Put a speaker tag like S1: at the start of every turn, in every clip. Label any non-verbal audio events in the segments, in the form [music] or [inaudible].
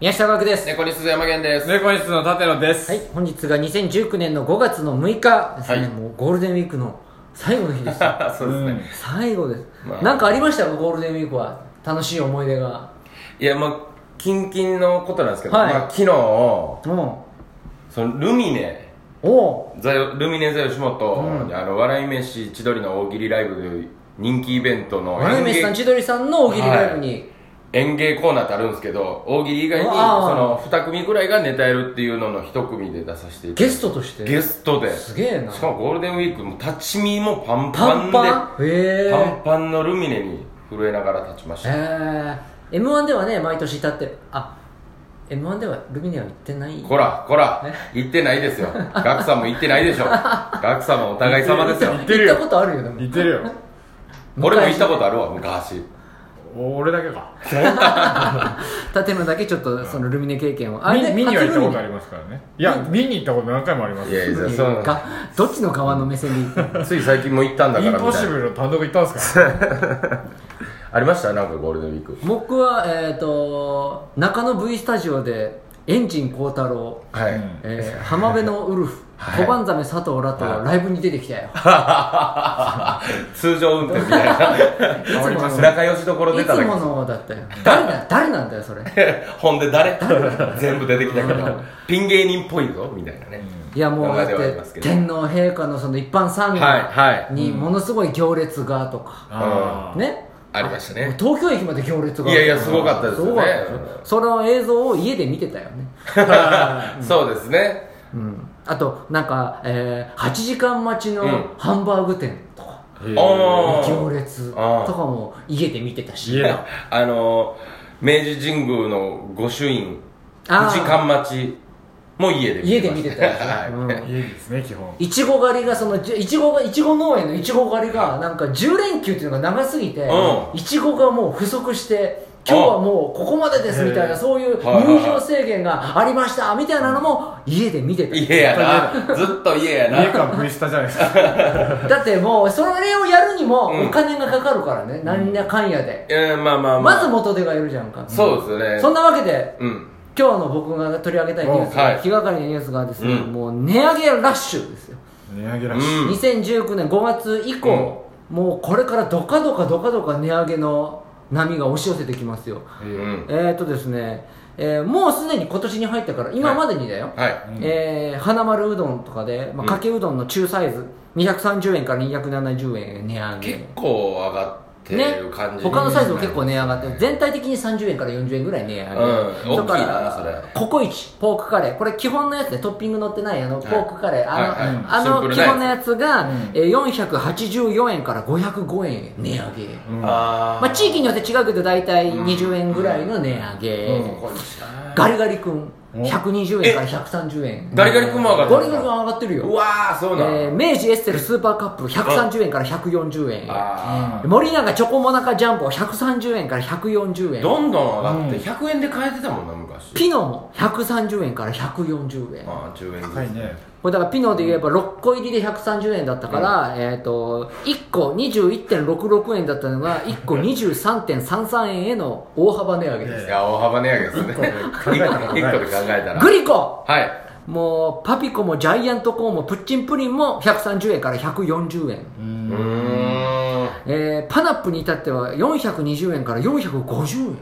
S1: 宮下学です。
S2: 猫に鈴山源です。
S3: 猫日の舘野です。
S1: はい、本日が2019年の5月の6日ですね、
S2: はい
S1: もうゴールデンウィークの最後の日でし
S2: [laughs]
S1: た。
S2: [laughs] そうですね、
S3: うん
S1: 最後です。
S2: まあ
S1: なんかありましたか、ゴールデンウィークは。楽しい思い出が。
S2: いや、まあ、キンキンのことなんですけど、
S1: はい
S2: まあ、昨日、そ
S1: うん。
S2: のルミネ、
S1: おう
S2: ザヨルミネザ吉本、
S1: うん
S2: あの、笑い飯千鳥の大喜利ライブという人気イベントの
S1: 笑い飯さん、千鳥さんの大喜利ライブに。
S2: 演芸コーナーってあるんですけど、大喜利以外に、
S1: あ
S2: そ
S1: ー
S2: の、2組ぐらいがネタやるっていうのの1組で出させていた
S1: ゲ
S2: だい
S1: ストとして。
S2: て、ゲストで、
S1: す
S2: し
S1: げえな。
S2: かもゴールデンウィーク、もう立ち見もパンパ
S1: パ
S2: ン
S1: ン
S2: で、
S1: パンへえ。
S2: パンパンのルミネに震えながら立ちました。
S1: えー、M1 ではね、毎年至って、あ、M1 ではルミネは行ってない。
S2: こら、こら、行ってないですよ。ガクさんも行ってないでしょ。ガクさんもお互い様ですよ。
S3: て
S1: 行
S3: るよ
S1: ったことあるよ、でも。
S3: 似てるよ。
S2: 俺も行ったことあるわ、昔。
S3: 俺だけか。
S1: 建物だけちょっとそのルミネ経験をあ
S3: 見
S1: れ
S3: 見には行ったことあ
S1: 初
S3: りますからね。いや、見に行ったこと何回もあります
S2: いやいや
S1: ルミネ
S2: そうなの
S1: かどっちの側の目線で行くの
S2: つい最近も行ったんだ
S3: イ
S2: か
S3: ン
S2: ら
S3: ポ
S2: み
S3: ッ
S2: た
S3: シ
S2: いな。
S3: ブルの単独行ったんですから。
S2: ありましたなんかゴールデンウィーク。
S1: 僕はえっ、と中野 V スタジオでエンジン幸太郎、
S2: はい。
S3: うん
S1: えー浜辺のウルフ、
S2: はい
S1: 小判ザメ佐藤らとがライブに出てきたよ、
S2: [laughs] 通常運転みたいな。
S1: い、つもの
S2: 仲良しどころ
S1: い
S2: 出
S1: つ
S2: ただけ
S1: も。のだったよ誰だ誰なんだよそれ
S2: [laughs] ほんで誰全部出てきたけど、ピン芸人っぽいぞ、みたいなね。
S1: いやもうだ
S2: 名前ではあり
S1: っ
S2: ます
S1: て
S2: けど
S1: 天皇陛下のその一般参
S2: はいは
S1: 賀
S2: い
S1: にものすごい行列がとか、
S3: あー
S1: ね
S2: ありましたね。
S1: 東京駅まで行列があった
S2: いやいやすごかったですよね
S1: ごかったでしょその映像を家で見てたよね、
S2: [laughs] そうですね。
S1: うん、あとなんか、えー8時間待ち
S2: う
S1: の
S2: ん
S1: ハンバーグ店とか、
S2: あー
S1: 行列とか
S2: あー
S1: も家で見てたし
S3: 家だ。
S2: あの明治神宮の御朱印
S1: あー
S2: 時間待ちも家で
S1: 家で見
S2: ま
S1: て
S2: した
S1: よ、
S2: はい
S1: うん
S3: 家ですね、基本。
S1: いちご狩りがそのじゅいちごがいちご農園のいちご狩りがなんか10連休っていうのが長すぎて
S2: う
S1: いちごがもう不足して今日はもうここまでですみたい
S3: へ
S1: な
S3: ー
S1: そういう
S2: はいはい
S1: 入場制限がありましたみたいなのも家で見てた
S2: 家やなずっと家や
S3: 家
S2: な
S3: か V スタじゃないですか。
S1: だってもうそれをやるにも
S2: うん
S1: お金がかかるからね、なんやかんやで、
S2: えーまあまあま
S1: ま
S2: あ
S1: ず元手がいるじゃんか、
S2: そうですよね
S1: そんなわけで
S2: うん
S1: 今日の僕が取り上げたいニュース、
S2: うんはい
S1: 気がかりなニュースがですね、
S2: うん
S1: もう値上げラッシュですよ、
S3: 値上げらしい。
S2: うん
S1: 2019年5月以降、もうこれからどかどかどかどか値上げの波が押し寄せてきますよ、
S2: うん
S1: えーとですね、えーもうすでに今年に入ったから今までにだよ、
S2: はい
S1: えー花丸うどんとかで、まあ、かけうどんの中サイズ、230円から270円値上げ
S2: 結構上がって
S1: ね
S2: る感、じ
S1: 他のサイズも
S2: 構
S1: 結構値上がってる全体的に30円から40円ぐらい値上が
S2: うん
S1: だか
S2: 大きいなそれ
S1: らココイチポークカレーこれ基本のやつでトッピング乗ってないあの
S2: い
S1: ポークカレーあの,、
S2: はいはい
S1: あ
S2: シンプ
S1: の
S2: ル
S1: 基
S2: なやつ
S1: 本のやつが、えー484円から505円値上げ、
S2: あ
S1: まあ、地域によって違うけど大体20円ぐらいの値上げ、ガリガリ君120円から130円
S2: ガリガリ君も上がって
S1: ガ
S2: る
S1: リガリ君上がってるよ
S2: うわあそうな
S1: えー
S2: の
S1: 明治エッセルスーパーカップ130円から140円
S2: あ
S1: 森永チョコモナカジャンボ130円から140
S2: ー
S1: 円
S2: どんどん上がって100円で買えてたもんな昔
S1: ピノも130円から140円
S2: ああ10円ずつ
S3: 高いね。
S1: これだからピノで言えば6個入りで130円だったから、えっ、と1個21.66円だったの
S2: [laughs]
S1: が1個23.33円への大幅値上げで
S2: い
S1: す
S2: や大幅値上げですね1個で考えたら
S1: グリコ
S2: はい
S1: もうパピコもジャイアントコーンもプッチンプリンも130円から140円、
S2: うーん
S1: えーパナップに至っては420円から450円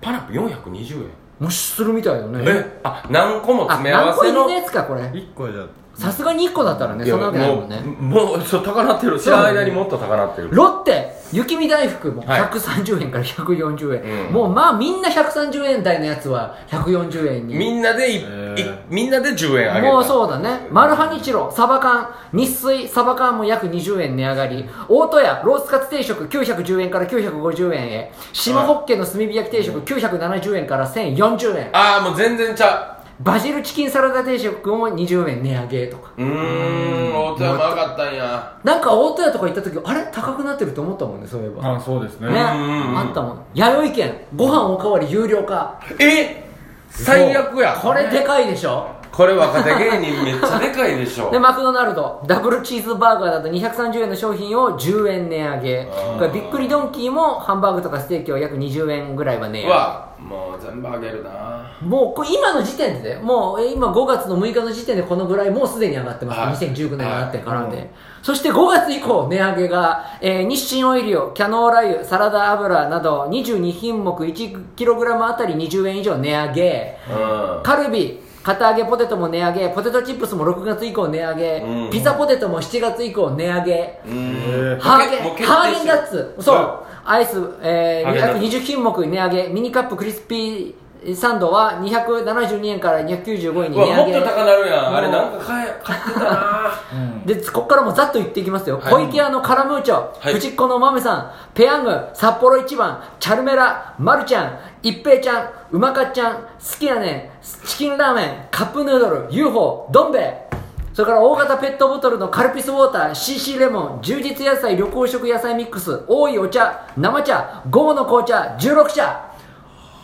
S2: パラップ420円
S1: もしするみたいよね
S2: えあ何個も
S1: あ
S2: 詰め合
S1: 何
S2: わ
S1: 個入
S2: せ
S1: り
S2: の
S1: のやつかこれ
S3: 1個じゃ。
S1: さすがに1個だったらね
S2: いや
S1: そんなわけないもんね
S2: もうもうちょっと高なってる知らない間にもっと高なってる
S1: ロッテ雪見大福も
S2: はい
S1: 130円から140円、
S2: うん
S1: もうまあみんな130円台のやつは140円に
S2: みんなでいい
S3: ー
S2: みんなで10円上げた
S1: もうそうだねマルハニチロサバ缶日水サバ缶も約20円値上がり大戸屋ロースカツ定食910円から950円へ島ホッケの炭火焼き定食970円から1040円
S2: ああもう全然ちゃ
S1: バジルチキンサラダ定食も20円値上げとか
S2: ううーんお茶も上がったんや
S1: なんか大戸屋とか行った時あれ高くなってると思ったもんねそういえば
S3: あ、そうですね。
S1: ね、
S2: うん
S1: あったもん弥生県ご飯おかわり有料化
S2: え最悪や
S1: これでかいでしょ
S2: これ若手芸人めっちゃでかいでしょ
S1: で、マクドナルド、ダブルチーズバーガーだと230円の商品を10円値上げ。これびっくりドンキーもハンバーグとかステーキを約20円ぐらいは値上
S2: う
S1: げ。
S2: わもう全部あげるな
S1: もうこれ今の時点でね、もうえ今5月の6日の時点でこのぐらいもうすでに上がってます、
S2: はい
S1: 2019年上がってからで、
S3: はい
S1: そして5月以降値上げが、えー日清オイリオキャノーラ油サラダ油など22品目 1kg あたり20円以上値上げ
S2: うん
S1: カルビ堅揚げポテトも値上げポテトチップスも6月以降値上げ、
S2: うん
S1: ピザポテトも7月以降値上げ
S2: うん
S1: ハーゲ
S2: もう
S1: ン
S2: 決定してる
S1: ハーゲンダッツそうアイス、え
S2: ハーゲンダッ
S1: ー、
S2: ツ
S1: 220品目値上げミニカップクリスピーサンドは272円から295円に
S2: うわ
S1: 値
S2: も
S1: 上
S2: っ
S1: げ
S2: と高なるやんあれなんか買え買ってたな
S1: でここからもざっと言っていきますよ、
S2: はい
S1: 小池屋のカラムーチョ、
S2: はい
S1: 藤子のお豆さんペヤング札幌一番チャルメラマルちゃん一平ちゃんうまかっちゃん好きやねんチキンラーメンカップヌードル UFO どん兵衛それから大型ペットボトルのカルピスウォーター CC レモン充実野菜緑黄色野菜ミックス多いお茶生茶午後の紅茶16茶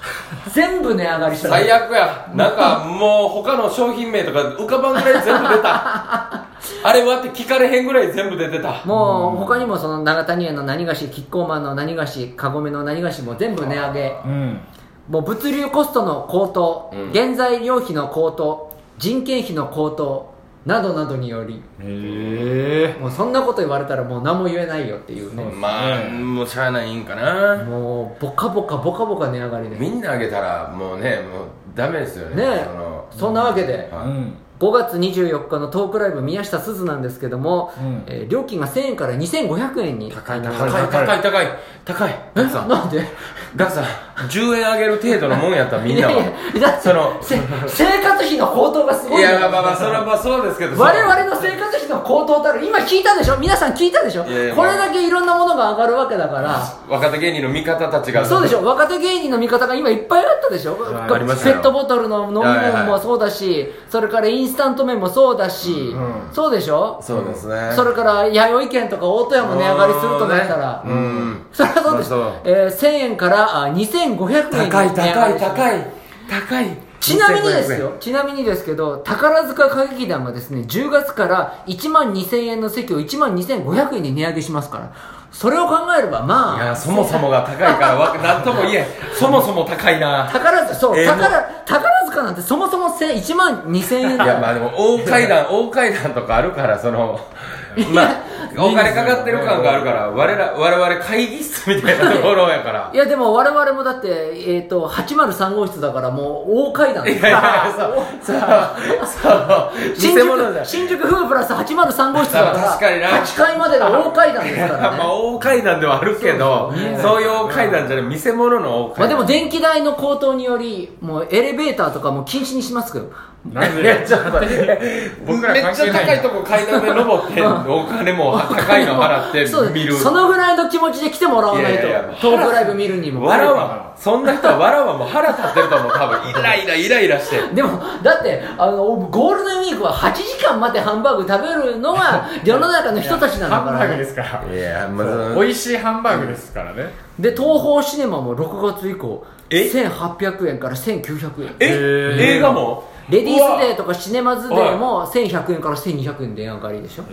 S2: [laughs]
S1: 全部値上がりした
S2: 最悪やなんかもう他の商品名とか浮かばんぐらい全部 [laughs] 出たあれはって聞かれへんぐらい全部出てた
S1: もう他にもその長谷園の何菓子キッコーマンの何菓子カゴメの何菓子も全部値上げ
S3: うん
S1: もう物流コストの高騰、
S2: うん
S1: 原材料費の高騰人件費の高騰などなどにより
S3: ええ
S1: もうそんなこと言われたらもう何も言えないよっていうね
S2: まあもうしゃあないんかな
S1: もうボカボカボカボカ値上がりで
S2: みんなあげたらもうねもうダメですよね
S1: ねえ
S2: その
S1: そんなわけで
S3: う
S2: はい
S3: ん
S1: 5月24日のトークライブ宮下すずなんですけども、
S3: うん
S1: えー料金が1000円から2500円に
S2: 高い
S1: な
S2: 高い高い高い高いガクさん
S1: なん [laughs] で
S2: ガクさん10円あげる程度のもんやったみんな
S1: いや
S2: はい
S1: やだって
S2: その
S1: せ生活費の高騰がすご
S2: い
S1: いよ
S2: やまあまあそれはまあそうですけど
S1: 我々の生活費の高騰たる今聞いたでしょ皆さん聞いたでしょ
S2: いやいや
S1: これだけいろんなものが上がるわけだから
S2: 若手芸人の味方たちが
S1: そうでしょ若手芸人の味方が今いっぱいあったでしょ、
S3: い
S1: こ
S3: あ
S1: れ
S3: り
S2: ました
S1: ペ
S2: よ
S1: ットボトルの飲み
S2: はいは
S1: 物
S2: い
S1: もそうだし、それからインスタント麺もそうだし、
S3: ん
S1: そうでしょ
S2: そうですね
S1: それから弥生県とか大戸屋も値上がりするとなったら、
S2: うん
S1: それはそうでし
S2: そう
S1: ょ
S2: そう、
S1: えー、1000円からあ2500円に値上がり
S2: 高い高い
S1: い
S2: 高い高い
S1: ちなみにです
S2: 2500
S1: よ、ちなみにですけど、宝塚歌劇団がですね、10月から1万2000円の席を1万2500円に値上げしますから、それを考えれば、
S2: 円い
S1: まあ、
S2: やそもそもが高いからわ何とも言えん [laughs] そもそも高いな
S1: 宝塚、そう、
S2: えー
S1: 宝宝塚なんてそもそもせ1万2000円
S2: い
S1: だ
S2: やまあでも大階段大階段とかあるからそのまあお金かかってる感があるから我ら我々会議室みたいなところやから
S1: いやでも我々もだって、えっ、と、803号室だからもう大階段
S2: いやいやそうそうそう
S1: 新
S2: 偽物じゃ
S1: 宿、新宿風プラス803号室だから、
S2: あ確かにな
S1: 8階までが大階段ですからね。
S2: まあ大階段ではあるけど
S1: そうそう
S2: そういう大階段じゃない見せ物の大
S1: まあ
S2: 階
S1: で
S2: 段
S1: も電気代の高騰により、もうエレベーターとかも禁止にしますけど、
S3: ない
S2: や
S3: ぜ
S2: ちょっとえ
S3: 僕ら
S2: めっ
S3: 関
S2: ち
S3: 係
S2: ゃ
S3: ない
S2: 高いとこ階段で登ってお金も高いの払って
S1: そう
S2: 見る
S1: そのぐらいの気持ちで来てもらわないと
S2: いやいやいや
S1: トークライブ見るにも
S2: わらわそんな人はわらわも腹立ってると思う多 [laughs] 分イライライライラして
S1: でもだってあのゴールデンウィークは8時間待ってハンバーグ食べるの
S2: [laughs]
S1: は世の中の人たちなんだ
S3: ハン
S1: か
S3: バ
S1: ら
S3: ーグで
S1: ね
S3: すから
S2: いやま
S3: そう美味しいハンバーグですからね
S1: で東宝シネマも6月以降
S2: え
S1: 1800円から1900円
S2: え
S3: えー
S2: 映画も
S1: レディースデー
S2: ー
S1: とかシネマズデーも1100円から1200円で値上がりでしょ
S3: え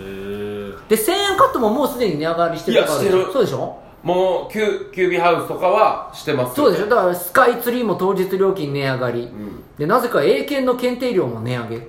S1: で
S3: え
S1: 1000円カットももうすでに値上がりしてるからでし
S2: いやして
S1: ょ
S2: る
S1: そうでしょ
S2: もうキュキュービーハウスとかはしてます
S1: そうでしょだからスカイツリーも当日料金値上がり、
S2: ん
S1: でなぜか英検の検定料も値上
S2: [laughs]
S1: げ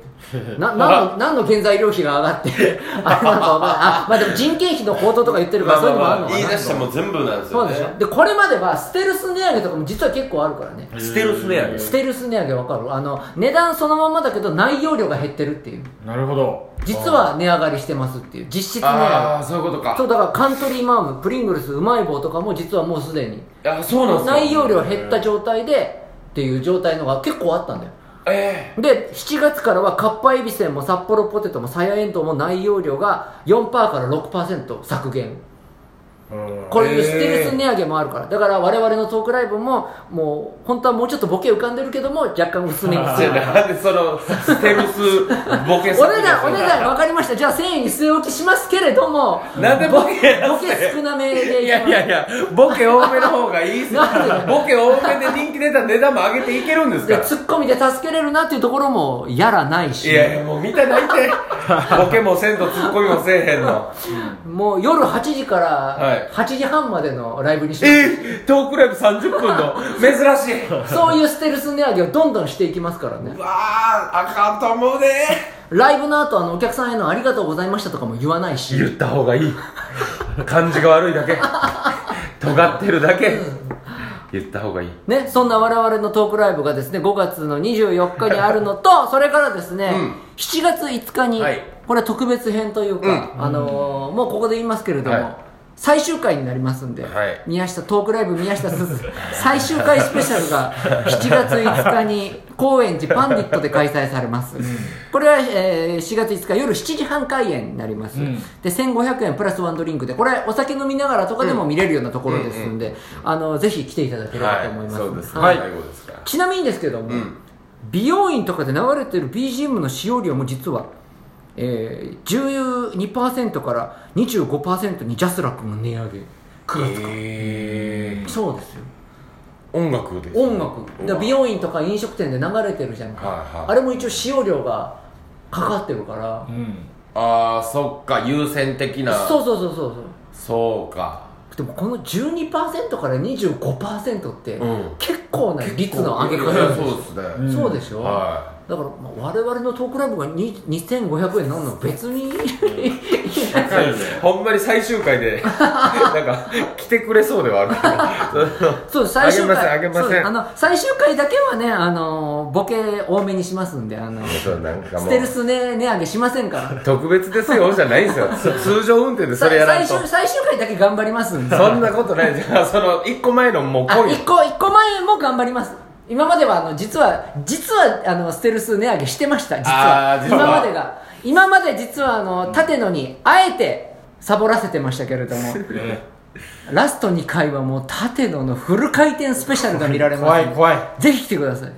S1: な何の何の原材料費が上がって [laughs] あれなんかわかんないあまあでも人件費の高騰とか言ってるから
S2: まあ
S1: そういうのも
S2: ま
S1: あ
S2: あ
S1: るの
S2: まあ
S1: かな
S2: 言い出したらもう全部なんです
S1: そ
S2: よ
S1: う
S2: ね
S1: でしょでこれまではステルス値上げとかも実は結構あるからね
S2: ステルス値上げ
S1: ステルス値上げわかるあの値段そのままだけど内容量が減ってるっていう
S3: なるほど
S1: 実は値上がりしてますっていう実質値上
S2: あ
S1: げ
S2: あそういうことか
S1: そうだからカントリーマームプリングルスうまい棒とかも実はもうすでに
S2: あそうなんですか
S1: 内容量減った状態でっていう状態のが結構あったんだよ
S2: え
S1: で7月からはかっぱえびせんも札幌ポテトもさやえんとうも内容量が4%から6%削減
S2: え
S3: うん
S1: これミステルス値上げもあるからだから我々のトークライブももう本当はもうちょっとボケ浮かんでるけども若干薄めにす
S2: [laughs] じ
S1: る
S2: ゃあなんでそのステルスボケ
S1: お値 [laughs] 段お値段分かりましたじゃあ1000円に据え置きしますけれど
S2: [laughs]
S1: も
S2: なんでボケ
S1: ボケ少なめで
S2: い
S1: い
S2: やいやいやボケ多めの方がいいっす
S1: なん
S2: ボケ多めで人気出た値段も上げていけるんですか
S1: で
S2: ら
S1: ツッコミで助けれるなっていうところもやらないし
S2: いやいやもう見たない [laughs] てボケもせんとツッコミもせえへんの
S1: もう夜8時か
S2: はい
S1: ら8時半までのライブにして、
S2: えー、トークライブ30分の珍しい
S1: そういうステルス値上げをどんどんしていきますからね
S2: うわああかんと思うで
S1: ライブの後あのお客さんへのありがとうございましたとかも言わないし
S2: 言った方がいい感じが悪いだけ尖ってるだけ言った方がいい
S1: ね、そんな我々のトークライブがですね5月の24日にあるのとそれからですね、
S2: うん
S1: 7月5日に、
S2: はい
S1: これは特別編というか、あのーもうここで言いますけれども、
S2: はい
S1: 最終回になりますんで、
S2: はい
S1: 宮下トークライブ宮下すず最終回スペシャルが7月5日に高円寺パンディットで開催されます、これは、えー4月5日夜7時半開演になります、
S3: うん
S1: で1500円プラスワンドリンクでこれお酒飲みながらとかでも見れるようなところですんで、あのぜひ来ていただければと思います、
S2: そうですね
S1: はい
S2: 最後ですから
S1: ちなみにですけども、
S2: ん
S1: 美容院とかで流れてる BGM の使用量も実は、えー、12%から25%にジャスラックの値上げ9月、
S2: えー
S1: そうですよ
S2: 音楽ですね
S1: 音楽だから美容院とか飲食店で流れてるじゃんか、
S2: はいはい
S1: あれも一応使用量がかかってるから、
S3: うん
S2: ああそっか優先的な
S1: そうそうそうそうそう
S2: そうか
S1: でもこの12%から25%って、
S2: うん
S1: 結構な率の上げ方
S2: い
S1: な
S2: や
S1: んです
S2: そ
S1: よ
S2: うですね、
S3: ん
S1: そうでしょ、
S2: は
S1: だから、まあ、我々のトークライブがに2500円なの別に
S3: 高いね
S2: いほんまに最終回
S1: [laughs]
S2: でなんか来てくれそうではあるけど
S1: そう最終回
S2: あげませんあげません
S1: そうあの最終回だけはねあのボケ多めにしますんであのス
S2: そうなん [laughs] かも
S1: テル
S2: う
S1: スね値上げしませんから
S2: 特別ですよじゃないんですよ通常運転でそ
S1: さ
S2: れやら
S1: 最
S2: んと
S1: 終最終回だけ頑張りますんで
S2: そんなことないじゃあその一個前のもう
S1: あ
S2: 今
S1: 一
S2: 夜
S1: 個一個前も頑張ります今まではあの実は実はあのステルス値上げしてました実は
S2: あー実は
S1: 今までが今まで実はあの立野にあえてサボらせてましたけれども
S3: ね
S1: ラスト2回はもう立野のフル回転スペシャルが見られます
S3: 怖い怖い
S1: ぜひ来てください